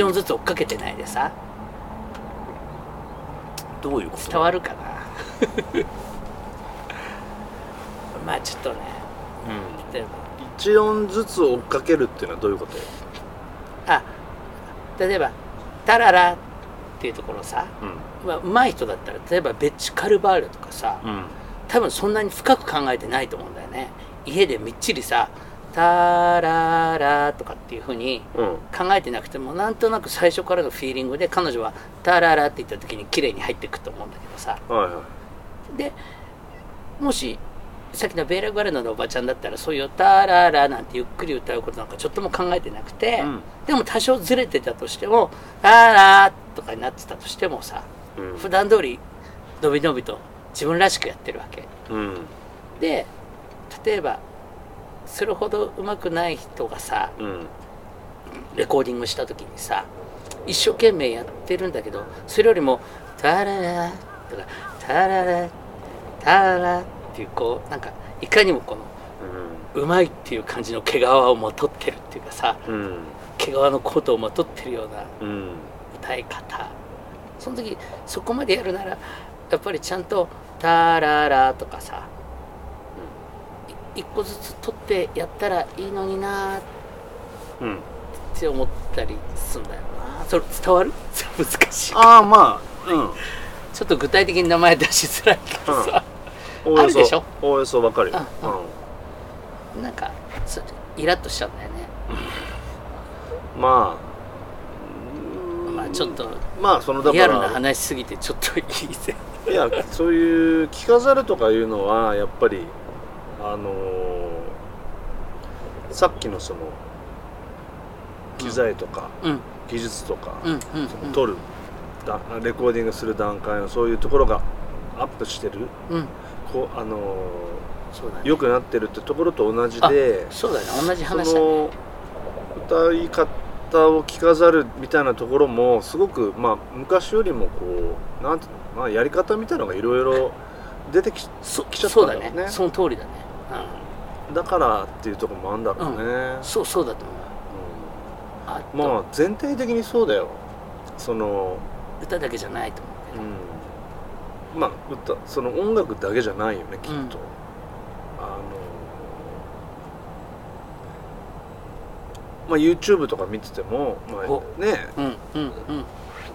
Speaker 2: 1音ずつ追っかけてないでさ
Speaker 1: どういうこと
Speaker 2: 伝わるかな まあちょっとね
Speaker 1: うん
Speaker 2: 例えば
Speaker 1: 一音ずつ追っかけるっていうのはどういうこと
Speaker 2: あ例えば「タララ」っていうところさ
Speaker 1: う
Speaker 2: まあ、上手い人だったら例えばベッチ・カルバールとかさ
Speaker 1: んうん
Speaker 2: 多分そんなに深く考えてないと思うんだよね家でみっちりさ「タララ」とかっていう風に
Speaker 1: うん
Speaker 2: 考えてなくてもなんとなく最初からのフィーリングで彼女は「タララ」って言った時に綺麗に入ってくと思うんだけどさ
Speaker 1: はいはい
Speaker 2: でもしさっきのベーラ・グアルナのおばちゃんだったらそういう「タララ」なんてゆっくり歌うことなんかちょっとも考えてなくて、
Speaker 1: うん
Speaker 2: でも多少ずれてたとしても「タラ」とかになってたとしてもさ
Speaker 1: うん
Speaker 2: 普段通りのびのびと自分らしくやってるわけ
Speaker 1: うん
Speaker 2: で例えばそれほど上手くない人がさ
Speaker 1: うん
Speaker 2: レコーディングした時にさ一生懸命やってるんだけどそれよりも「タララ」とか「タララ」「タララ」っていうこうなんかいかにもこの上手いっていう感じの毛皮をまとってるっていうかさ
Speaker 1: うん
Speaker 2: 毛皮のコートをまとってるような
Speaker 1: うん
Speaker 2: 歌い方その時そこまでやるならやっぱりちゃんと「タララ」とかさい一個ずつ取ってやったらいいのになーっ
Speaker 1: うん
Speaker 2: て思ったりするんだよなそれ伝わる それ難しい
Speaker 1: ああまあうん
Speaker 2: ちょっと具体的に名前出しづらいけどさ、
Speaker 1: おお よ
Speaker 2: あるでし
Speaker 1: そ
Speaker 2: ょ
Speaker 1: おおよそわかるよ
Speaker 2: うなんかそイラッとしちゃうんだよね
Speaker 1: うんまあ
Speaker 2: まあちょっと
Speaker 1: まあそのだか
Speaker 2: リアルな
Speaker 1: ら
Speaker 2: 話しすぎてちょっといいぜ
Speaker 1: いやそういう着飾るとかいうのはやっぱりあのーさっきのその機材とか
Speaker 2: うん
Speaker 1: 技術とか、
Speaker 2: うんうん
Speaker 1: その撮るだレコーディングする段階のそういうところがアップしてる
Speaker 2: うんうん
Speaker 1: こうあの
Speaker 2: そうだね
Speaker 1: ー良くなってるってところと同じで
Speaker 2: そうだね同じ
Speaker 1: そ
Speaker 2: 話だね
Speaker 1: の歌い方を着飾るみたいなところもすごく、まあ、昔よりもこうなんていうのまあ、やり方みたいなのがいろいろ出てき
Speaker 2: そ
Speaker 1: 来ちゃった
Speaker 2: そうん
Speaker 1: だ
Speaker 2: だ
Speaker 1: ろうね
Speaker 2: ねその通りだね、
Speaker 1: だからっていうところもあるんだろうね、
Speaker 2: うん、そうそうだと思うあ
Speaker 1: うんまあ全体的にそうだよその、
Speaker 2: と歌だけじゃないと思う
Speaker 1: うん、まあ歌その音楽だけじゃないよねきっと、
Speaker 2: うん
Speaker 1: あのまあ YouTube とか見てても、ま
Speaker 2: お
Speaker 1: あ、ね
Speaker 2: うんうんうん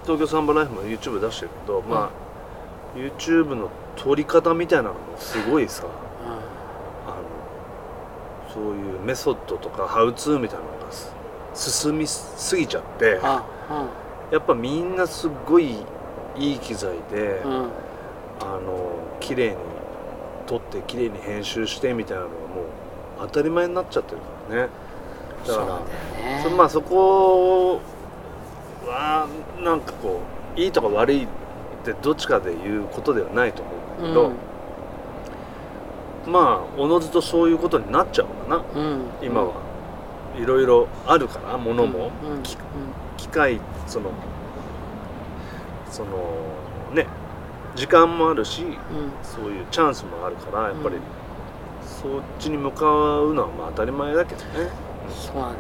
Speaker 1: 東京サンバライフも YouTube 出してるけど、まあ YouTube の撮り方みたいなのもすごいさあのそういうメソッドとかハウツーみたいなのがす進みすぎちゃって
Speaker 2: あ
Speaker 1: やっぱみんなすっごいいい機材で、
Speaker 2: うんうん
Speaker 1: あの綺麗に撮って綺麗に編集してみたいなのがもう当たり前になっちゃってるからねだ
Speaker 2: そうな
Speaker 1: か
Speaker 2: んだよ
Speaker 1: ら
Speaker 2: ね
Speaker 1: そまあそこはなんかこういいとか悪いってどっちかで言うことではないと思うんだけど、まあおのずとそういうことになっちゃうかな
Speaker 2: うんうん
Speaker 1: 今はいろいろあるからものも、
Speaker 2: うんうん
Speaker 1: き機械そのそのね時間もあるし
Speaker 2: うん
Speaker 1: そういうチャンスもあるからやっぱり、
Speaker 2: うん
Speaker 1: そっちに向かうのはまあ当たり前だけどね
Speaker 2: そうなんだよね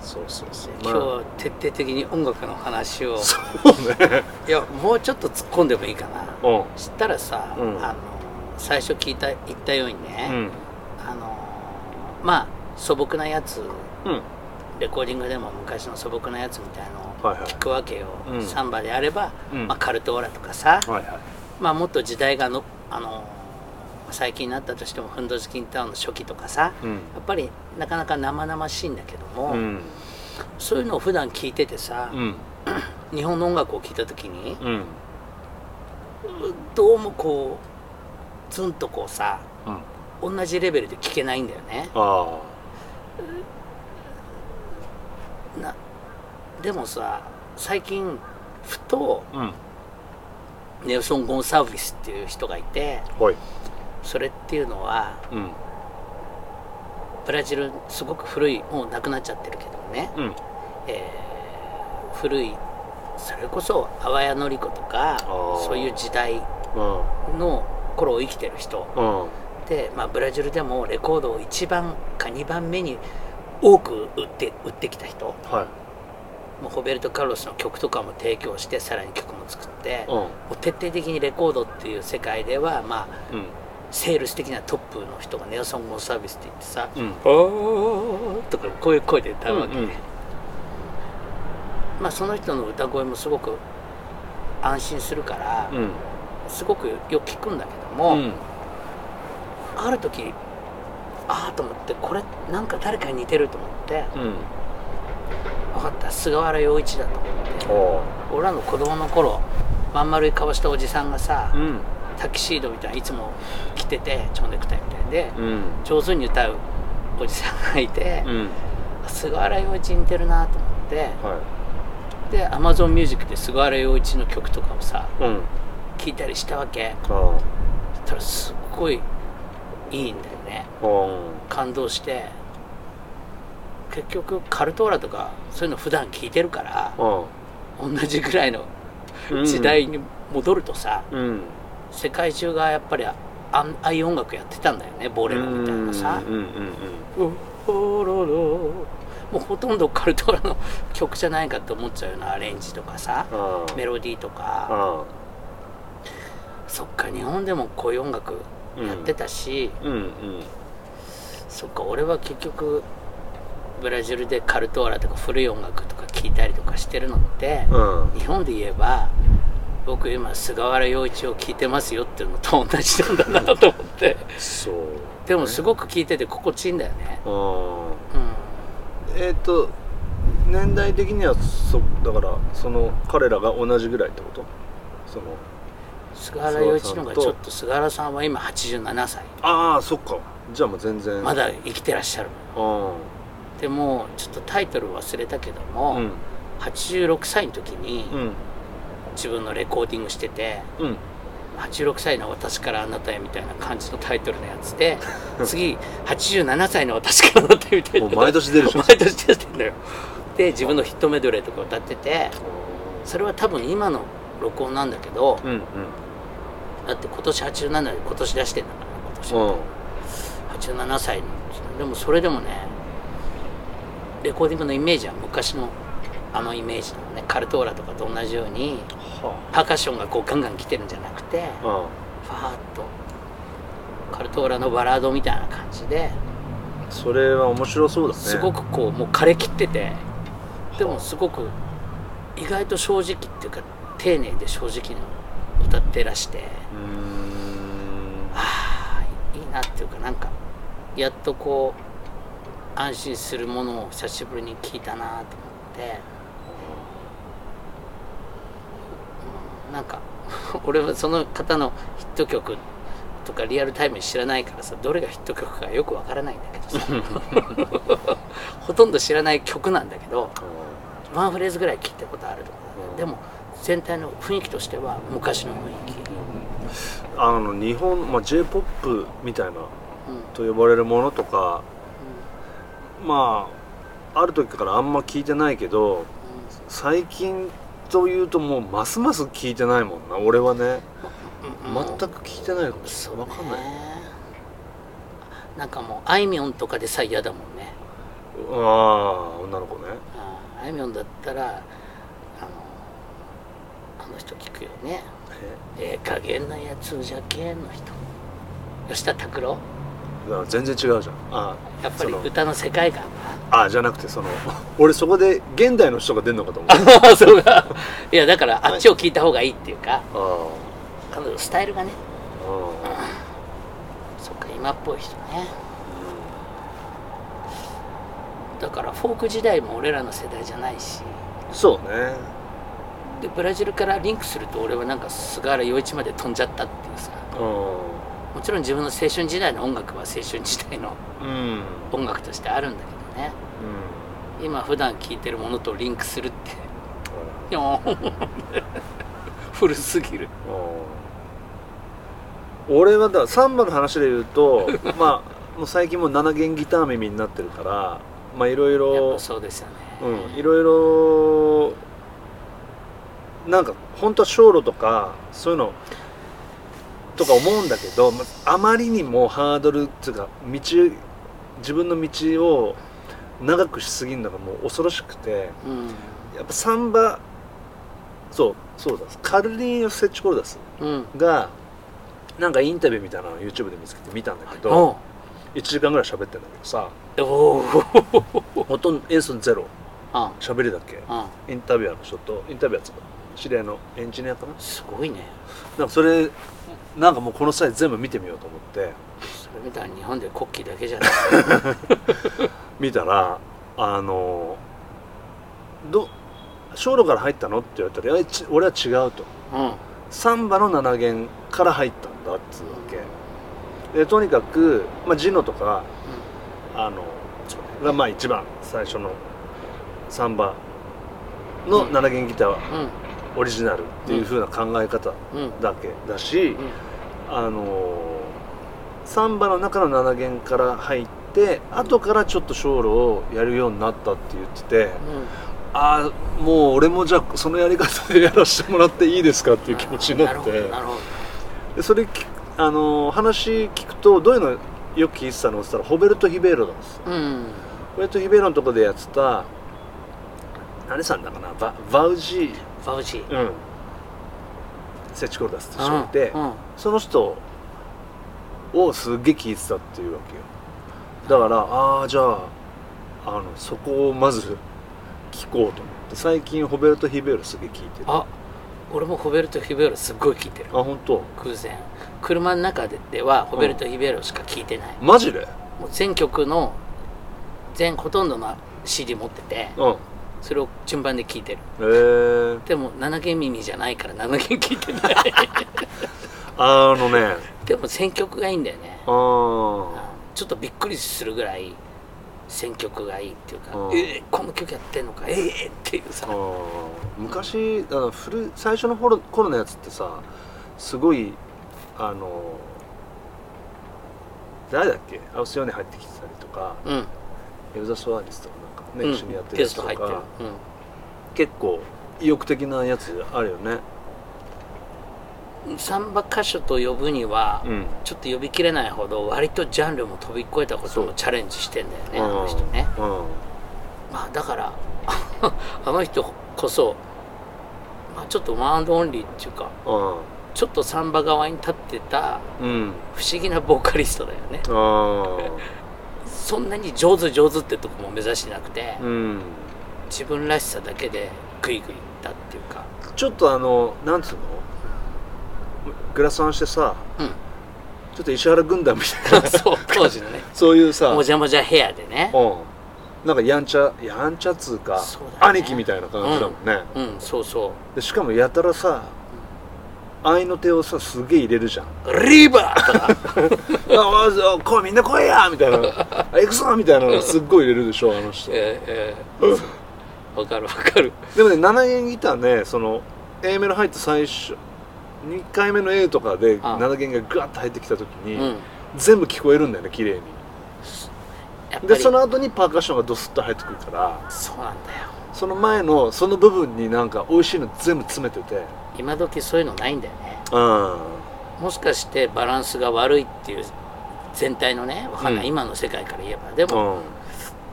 Speaker 1: そうそうそう
Speaker 2: 今日は徹底的に音楽の話を
Speaker 1: そうね
Speaker 2: いやもうちょっと突っ込んでもいいかな
Speaker 1: うん
Speaker 2: 知ったらさ、
Speaker 1: うん
Speaker 2: あの最初聞いた言ったようにね、
Speaker 1: うん
Speaker 2: あのまあ素朴なやつ
Speaker 1: うん
Speaker 2: レコーディングでも昔の素朴なやつみたいのを
Speaker 1: はいはい
Speaker 2: 聞くわけよ、
Speaker 1: うん
Speaker 2: サンバであれば、
Speaker 1: うん
Speaker 2: まあ、カルトーラとかさ、
Speaker 1: はいはい
Speaker 2: まあ、もっと時代がの、あの最近になったとしてもフンドジキンタウンの初期とかさ
Speaker 1: うん
Speaker 2: やっぱりなかなか生々しいんだけども、
Speaker 1: うん
Speaker 2: そういうのを普段聞いててさ、
Speaker 1: うん
Speaker 2: 日本の音楽を聴いた時に
Speaker 1: うんうん
Speaker 2: どうもこうツンとこうさ同じレベルで聴けないんだよね
Speaker 1: あ
Speaker 2: なでもさ最近ふと
Speaker 1: あうん
Speaker 2: ネルソン・ゴンサービスっていう人がいて
Speaker 1: はい
Speaker 2: それっていうのは
Speaker 1: うん
Speaker 2: ブラジルすごく古いもう亡くなっちゃってるけどね、
Speaker 1: うん
Speaker 2: えー古いそれこそ阿波谷典子とか
Speaker 1: ー
Speaker 2: そういう時代
Speaker 1: うん
Speaker 2: の頃を生きてる人
Speaker 1: うん
Speaker 2: で、まあ、ブラジルでもレコードを1番か2番目に多く売って売ってきた人
Speaker 1: はい
Speaker 2: もうホベルト・カルロスの曲とかも提供してさらに曲も作って
Speaker 1: う
Speaker 2: も
Speaker 1: ん
Speaker 2: う徹底的にレコードっていう世界では、まあ、
Speaker 1: うん
Speaker 2: セールス的なトップの人がネオソン・ゴンサービスって言ってさ
Speaker 1: うん
Speaker 2: 「おー」とかこういう声で歌うわけで、
Speaker 1: うんうん
Speaker 2: まあ、その人の歌声もすごく安心するから、
Speaker 1: うん
Speaker 2: すごくよく聞くんだけど
Speaker 1: う
Speaker 2: も、
Speaker 1: ん
Speaker 2: ある時ああと思ってこれなんか誰かに似てると思って
Speaker 1: うん
Speaker 2: 分かった菅原洋一だと思って
Speaker 1: お
Speaker 2: 俺らの子供の頃まん丸い顔したおじさんがさ、
Speaker 1: うん
Speaker 2: タキシードみたいないつも着てて蝶ネクタイみたいで、
Speaker 1: うん
Speaker 2: 上手に歌うおじさんがいて、
Speaker 1: うん
Speaker 2: 菅原洋一に似てるなと思って
Speaker 1: は
Speaker 2: で AmazonMusic で菅原洋一の曲とかをさ
Speaker 1: いうん
Speaker 2: 聴いたりしたわけ
Speaker 1: ああ
Speaker 2: そしたらすっごいいいんだよね
Speaker 1: うん
Speaker 2: 感動して結局カルトーラとかそういうの普段聞いてるから同じぐらいの
Speaker 1: うん
Speaker 2: 時代に戻るとさ、
Speaker 1: うん
Speaker 2: 世界中がやっぱりああんああいう音楽やってたんだよねボーレロみたいなさ
Speaker 1: うんうんうん
Speaker 2: うおろろもうほとんどカルトーラの 曲じゃないかって思っちゃうようなアレンジとかさ
Speaker 1: ああ
Speaker 2: メロディーとか
Speaker 1: あ
Speaker 2: そっか日本でもこういう音楽
Speaker 1: あ
Speaker 2: やってたし、
Speaker 1: うんうん
Speaker 2: そっか俺は結局ブラジルでカルトーラとか古い音楽とか聴いたりとかしてるのって、
Speaker 1: うん
Speaker 2: 日本で言えば僕今菅原洋一を聴いてますよっていうのと同じなんだなと思って
Speaker 1: そう
Speaker 2: でもすごく聴いてて心地いいんだよね
Speaker 1: ああ
Speaker 2: うん
Speaker 1: えっ、と年代的にはそだからその彼らが同じぐらいってことその
Speaker 2: 菅原洋一の方がちょっと菅原さんは今87歳
Speaker 1: ああそっかじゃあもう全然
Speaker 2: まだ生きてらっしゃる
Speaker 1: あ
Speaker 2: でもちょっとタイトル忘れたけど
Speaker 1: あ
Speaker 2: も、
Speaker 1: うん
Speaker 2: 86歳の時に
Speaker 1: うん
Speaker 2: 自分のレコーディングしてて
Speaker 1: うん
Speaker 2: 86歳の私からあなたへみたいな感じのタイトルのやつ で次87歳の私からあなたへみたい
Speaker 1: も
Speaker 2: な
Speaker 1: う毎年出るでしょ
Speaker 2: 毎年出てんだよで自分のヒットメドレーとか歌っててそれは多分今の録音なんだけど
Speaker 1: うんうん
Speaker 2: だって今年87で今年出してんだから今年
Speaker 1: うん
Speaker 2: 87歳のでもそれでもねレコーディングのイメージは昔のあのイメージなのねカルトーラとかと同じように
Speaker 1: は
Speaker 2: パーカッションがこうガンガン来てるんじゃなくて
Speaker 1: ああ
Speaker 2: ファーッとカルトーラのバラードみたいな感じで
Speaker 1: あそれは面白そうだね
Speaker 2: すごくこうもう枯れ切っててでもすごく意外と正直っていうか丁寧で正直な歌ってらして
Speaker 1: うーん
Speaker 2: ああいいなっていうかなんかやっとこう安心するものを久しぶりに聞いたなと思って、うんなんか 俺はその方のヒット曲とかリアルタイムに知らないからさどれがヒット曲かよくわからないんだ けどさほとんど知らない曲なんだけどワンフレーズぐらい聞いたことあるとか
Speaker 1: うん
Speaker 2: でも全体の雰囲気としては昔の雰囲気、
Speaker 1: あの日本、まあ、j p o p みたいな
Speaker 2: うん
Speaker 1: と呼ばれるものとかまあある時からあんま聞いてないけど最近というともうますます聞いてないもんな俺はね
Speaker 2: うんうんうん
Speaker 1: 全く聞いてないかもしれない、
Speaker 2: ね
Speaker 1: 分かんない
Speaker 2: なんかもうあいみょんとかでさえ嫌だもんね
Speaker 1: ああ女の子ね
Speaker 2: あーあいみょんだったらあのあの人聞くよねええ加減なやつじゃけんの人吉田拓郎
Speaker 1: だから全然違うじゃんあ
Speaker 2: やっぱり
Speaker 1: その
Speaker 2: 歌の世界観
Speaker 1: ああじゃなくてその 俺そこで現代の人が出るのかと思う
Speaker 2: が そうかいやだからあっちを聞いた方がいいっていうか
Speaker 1: あ
Speaker 2: 彼女のスタイルがね
Speaker 1: ああ
Speaker 2: そっか今っぽい人ね
Speaker 1: あ
Speaker 2: だからフォーク時代も俺らの世代じゃないし
Speaker 1: そうね
Speaker 2: でブラジルからリンクすると俺はなんか菅原洋一まで飛んじゃったっていうさ
Speaker 1: う
Speaker 2: もちろん自分の青春時代の音楽は青春時代の
Speaker 1: んうん
Speaker 2: 音楽としてあるんだけどね今普段聴いてるものとリンクするってよーん古すぎる
Speaker 1: 俺はだサンバの話で言う とまあもう最近もう7弦ギター耳になってるからまあいろい
Speaker 2: やっ
Speaker 1: ろ
Speaker 2: ぱそうですよね、
Speaker 1: うんいろいろなんか本当は小路とかそういうのとか思うんだけどまああまりにもハードルっていうか道自分の道を長くしすぎるのがもう恐ろしくて
Speaker 2: うん
Speaker 1: やっぱサンバそうそうだカルリーヨ・セチコルダス
Speaker 2: うん
Speaker 1: がなんかインタビューみたいなのを YouTube で見つけて見たんだけど
Speaker 2: お
Speaker 1: 1時間ぐらい喋ってんだけどさ
Speaker 2: うおー
Speaker 1: ほとんど演奏ゼロ
Speaker 2: あ
Speaker 1: 喋りだけ
Speaker 2: あ
Speaker 1: インタビュアーの人とインタビュアーっつうか知り合いのエンジニアかな
Speaker 2: すごいね
Speaker 1: なんかそれなんかもうこの際全部見てみようと思って
Speaker 2: それみたいに日本で国旗だけじゃない
Speaker 1: 見たらあのど小路から入ったのって言われたらいやち俺は違うと
Speaker 2: うん
Speaker 1: サンバの7弦から入ったんだっつうわけでとにかく、まあ、ジノとかあのがまあ一番最初のサンバの
Speaker 2: うん
Speaker 1: 7弦ギターは
Speaker 2: うん
Speaker 1: オリジナルっていう風な考え方
Speaker 2: うんうん
Speaker 1: だけだし、
Speaker 2: うん
Speaker 1: あのサンバの中の7弦から入って後からちょっと小路をやるようになったって言ってて
Speaker 2: うん
Speaker 1: ああもう俺もじゃあそのやり方でやらせてもらっていいですかっていう気持ちになって。
Speaker 2: るほどなるほど
Speaker 1: でそれ聞くあのー話聞くとどういうのよく聞いてたのって言ったらホベルト・ヒベーロなんです
Speaker 2: うん
Speaker 1: ホベルト・ヒベーロのとこでやってた何さんだかなババウジ
Speaker 2: ファウジー
Speaker 1: ー、うん、セチコルダスって人がいて、
Speaker 2: うんうん
Speaker 1: その人をすっげえ聞いてたっていうわけよだからああじゃああのそこをまず聞こうと思って最近ホベルト・ヒベーロすげえ聞いてるあ
Speaker 2: あ俺もホベルト・ヒベーロすっごい聞いてる
Speaker 1: 本当
Speaker 2: 偶然車の中でではホベルト・ヒベーロしか聞いてない、
Speaker 1: マジで
Speaker 2: もう全曲の全ほとんどの CD 持ってて
Speaker 1: うん
Speaker 2: それを順番で聞いてる
Speaker 1: えー、
Speaker 2: でも7弦耳じゃないから7弦聞いてない
Speaker 1: あのね
Speaker 2: でも選曲がいいんだよね
Speaker 1: あー
Speaker 2: ちょっとびっくりするぐらい選曲がいいっていうか
Speaker 1: う
Speaker 2: 「
Speaker 1: ん
Speaker 2: えー、この曲やってんのかえー!」っていうさ
Speaker 1: あー昔あの古い最初の頃頃のやつってさすごいあの誰だっけアウスヨネ入ってきてたりとか
Speaker 2: うん
Speaker 1: エルザ・ソアリスとかなんかね、
Speaker 2: うん
Speaker 1: 一緒にやってる
Speaker 2: ゲ
Speaker 1: や
Speaker 2: ス
Speaker 1: つ
Speaker 2: ト
Speaker 1: と
Speaker 2: 入ってる
Speaker 1: か結構意欲的なやつあるよね
Speaker 2: うんサンバ歌手と呼ぶには、
Speaker 1: ん
Speaker 2: ちょっと呼びきれないほど割とジャンルも飛び越えたこともチャレンジしてんだよねあの人ね
Speaker 1: うん
Speaker 2: まあだから あの人こそ、まあ、ちょっとワンアンドオンリーっていうかちょっとサンバ側に立ってた
Speaker 1: うんうん
Speaker 2: 不思議なボーカリストだよね
Speaker 1: あ
Speaker 2: そんなに上手上手ってとこも目指してなくて
Speaker 1: あうん
Speaker 2: 自分らしさだけでグイグイいったっていうか
Speaker 1: ちょっとあのなんつうのグラサンしてさ
Speaker 2: うん
Speaker 1: ちょっと石原軍団みたいな
Speaker 2: そう当時のね
Speaker 1: そういうさ
Speaker 2: もじゃもじゃヘアでね
Speaker 1: うん、なんかやんちゃやんちゃっつうか
Speaker 2: そうだね
Speaker 1: 兄貴みたいな感じだもんね、
Speaker 2: うんそうそ
Speaker 1: でしかもやたらさ愛の手をさすげえ入れるじゃん あ
Speaker 2: うリーバーとか
Speaker 1: おいおいこうみんな来いやみたいなあ行くぞみたいなのすっごい入れるでしょあ の人で
Speaker 2: えええ えわかるわかる
Speaker 1: もね7弦ギターねその A メロ入って最初2回目の A とかで
Speaker 2: ああ
Speaker 1: 7弦がガッと入ってきた時に、
Speaker 2: うん
Speaker 1: 全部聞こえるんだよね綺麗に
Speaker 2: やっぱり
Speaker 1: でその後にパーカッションがドスッと入ってくるから
Speaker 2: そうなんだよ
Speaker 1: その前のその部分になんか美味しいの全部詰めてて
Speaker 2: 今時そういうのないんだよね
Speaker 1: うん
Speaker 2: もしかしてバランスが悪いっていう全体のねわかんない、
Speaker 1: うん
Speaker 2: 今の世界から言えばでも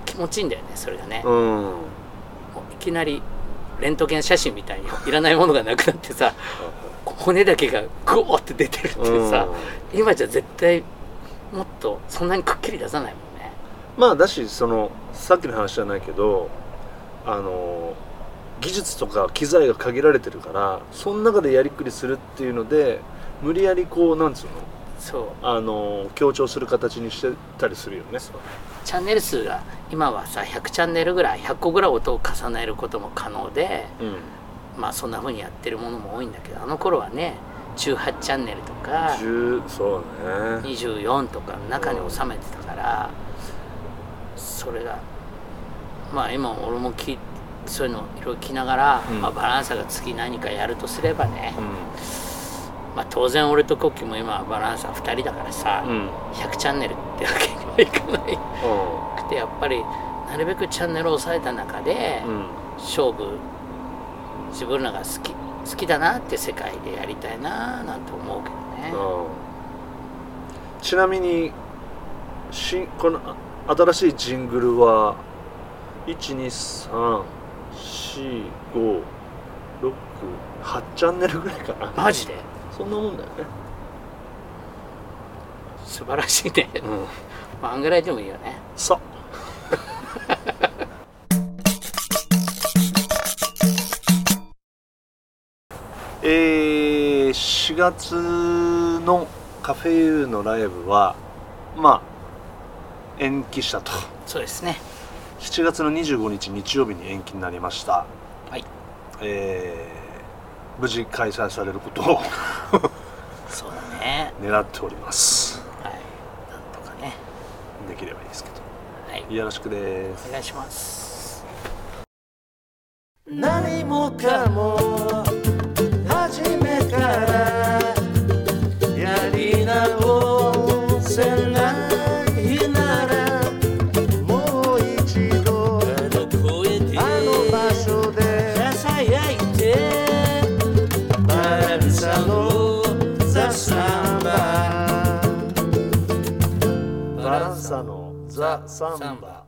Speaker 2: 気持ちいいんだよねそれがね、
Speaker 1: うん、うん、
Speaker 2: もういきなりレントゲン写真みたいにいらないものがなくなってさ骨だけがグオーって出てるっていうさ、今じゃ絶対もっとそんなにくっきり出さないもんね
Speaker 1: まあだしそのさっきの話じゃないけどあの技術とか機材が限られてるからその中でやりくりするっていうので無理やりこうなんつうの
Speaker 2: そう
Speaker 1: あの強調する形にしてたりするよね
Speaker 2: チャンネル数が今はさ100チャンネルぐらい100個ぐらい音を重ねることも可能で
Speaker 1: うん
Speaker 2: まあそんな風にやってるものも多いんだけどあの頃はね18チャンネルとか
Speaker 1: 10そうね
Speaker 2: 24とかの中に収めてたからそれがまあ今俺も聞いそういうのいろいろ聞きながら、
Speaker 1: うん
Speaker 2: まあ、バランサが次何かやるとすればね
Speaker 1: う、
Speaker 2: まあ、当然俺とコッキーも今はバランサ2人だからさ、
Speaker 1: んうん
Speaker 2: 100チャンネルってわけにはいかなくてやっぱりなるべくチャンネルを抑えた中で、
Speaker 1: うん
Speaker 2: 勝負自分らが好き好きだなって世界でやりたいななんて思うけどね。
Speaker 1: うんちなみにしこのあ新しいジングルは1234568チャンネルぐらいかな
Speaker 2: マジで
Speaker 1: そんなもんだよね、
Speaker 2: 素晴らしいね。
Speaker 1: うん、
Speaker 2: まああんぐらいでもいいよね。
Speaker 1: さ えー、4月のカフェユーのライブはまあ延期したと
Speaker 2: そうですね。
Speaker 1: 7月の25日日曜日に延期になりました
Speaker 2: はい
Speaker 1: えー、無事開催されることを
Speaker 2: そうだね。
Speaker 1: 狙っております
Speaker 2: はい。なんとかね。
Speaker 1: できればいいですけ
Speaker 2: はい。
Speaker 1: どよろしくです
Speaker 2: お願いします。
Speaker 3: 何もかも初めからやり直せないならもう一度あの場所でバランサのザ・サンババランサのザ・サンバ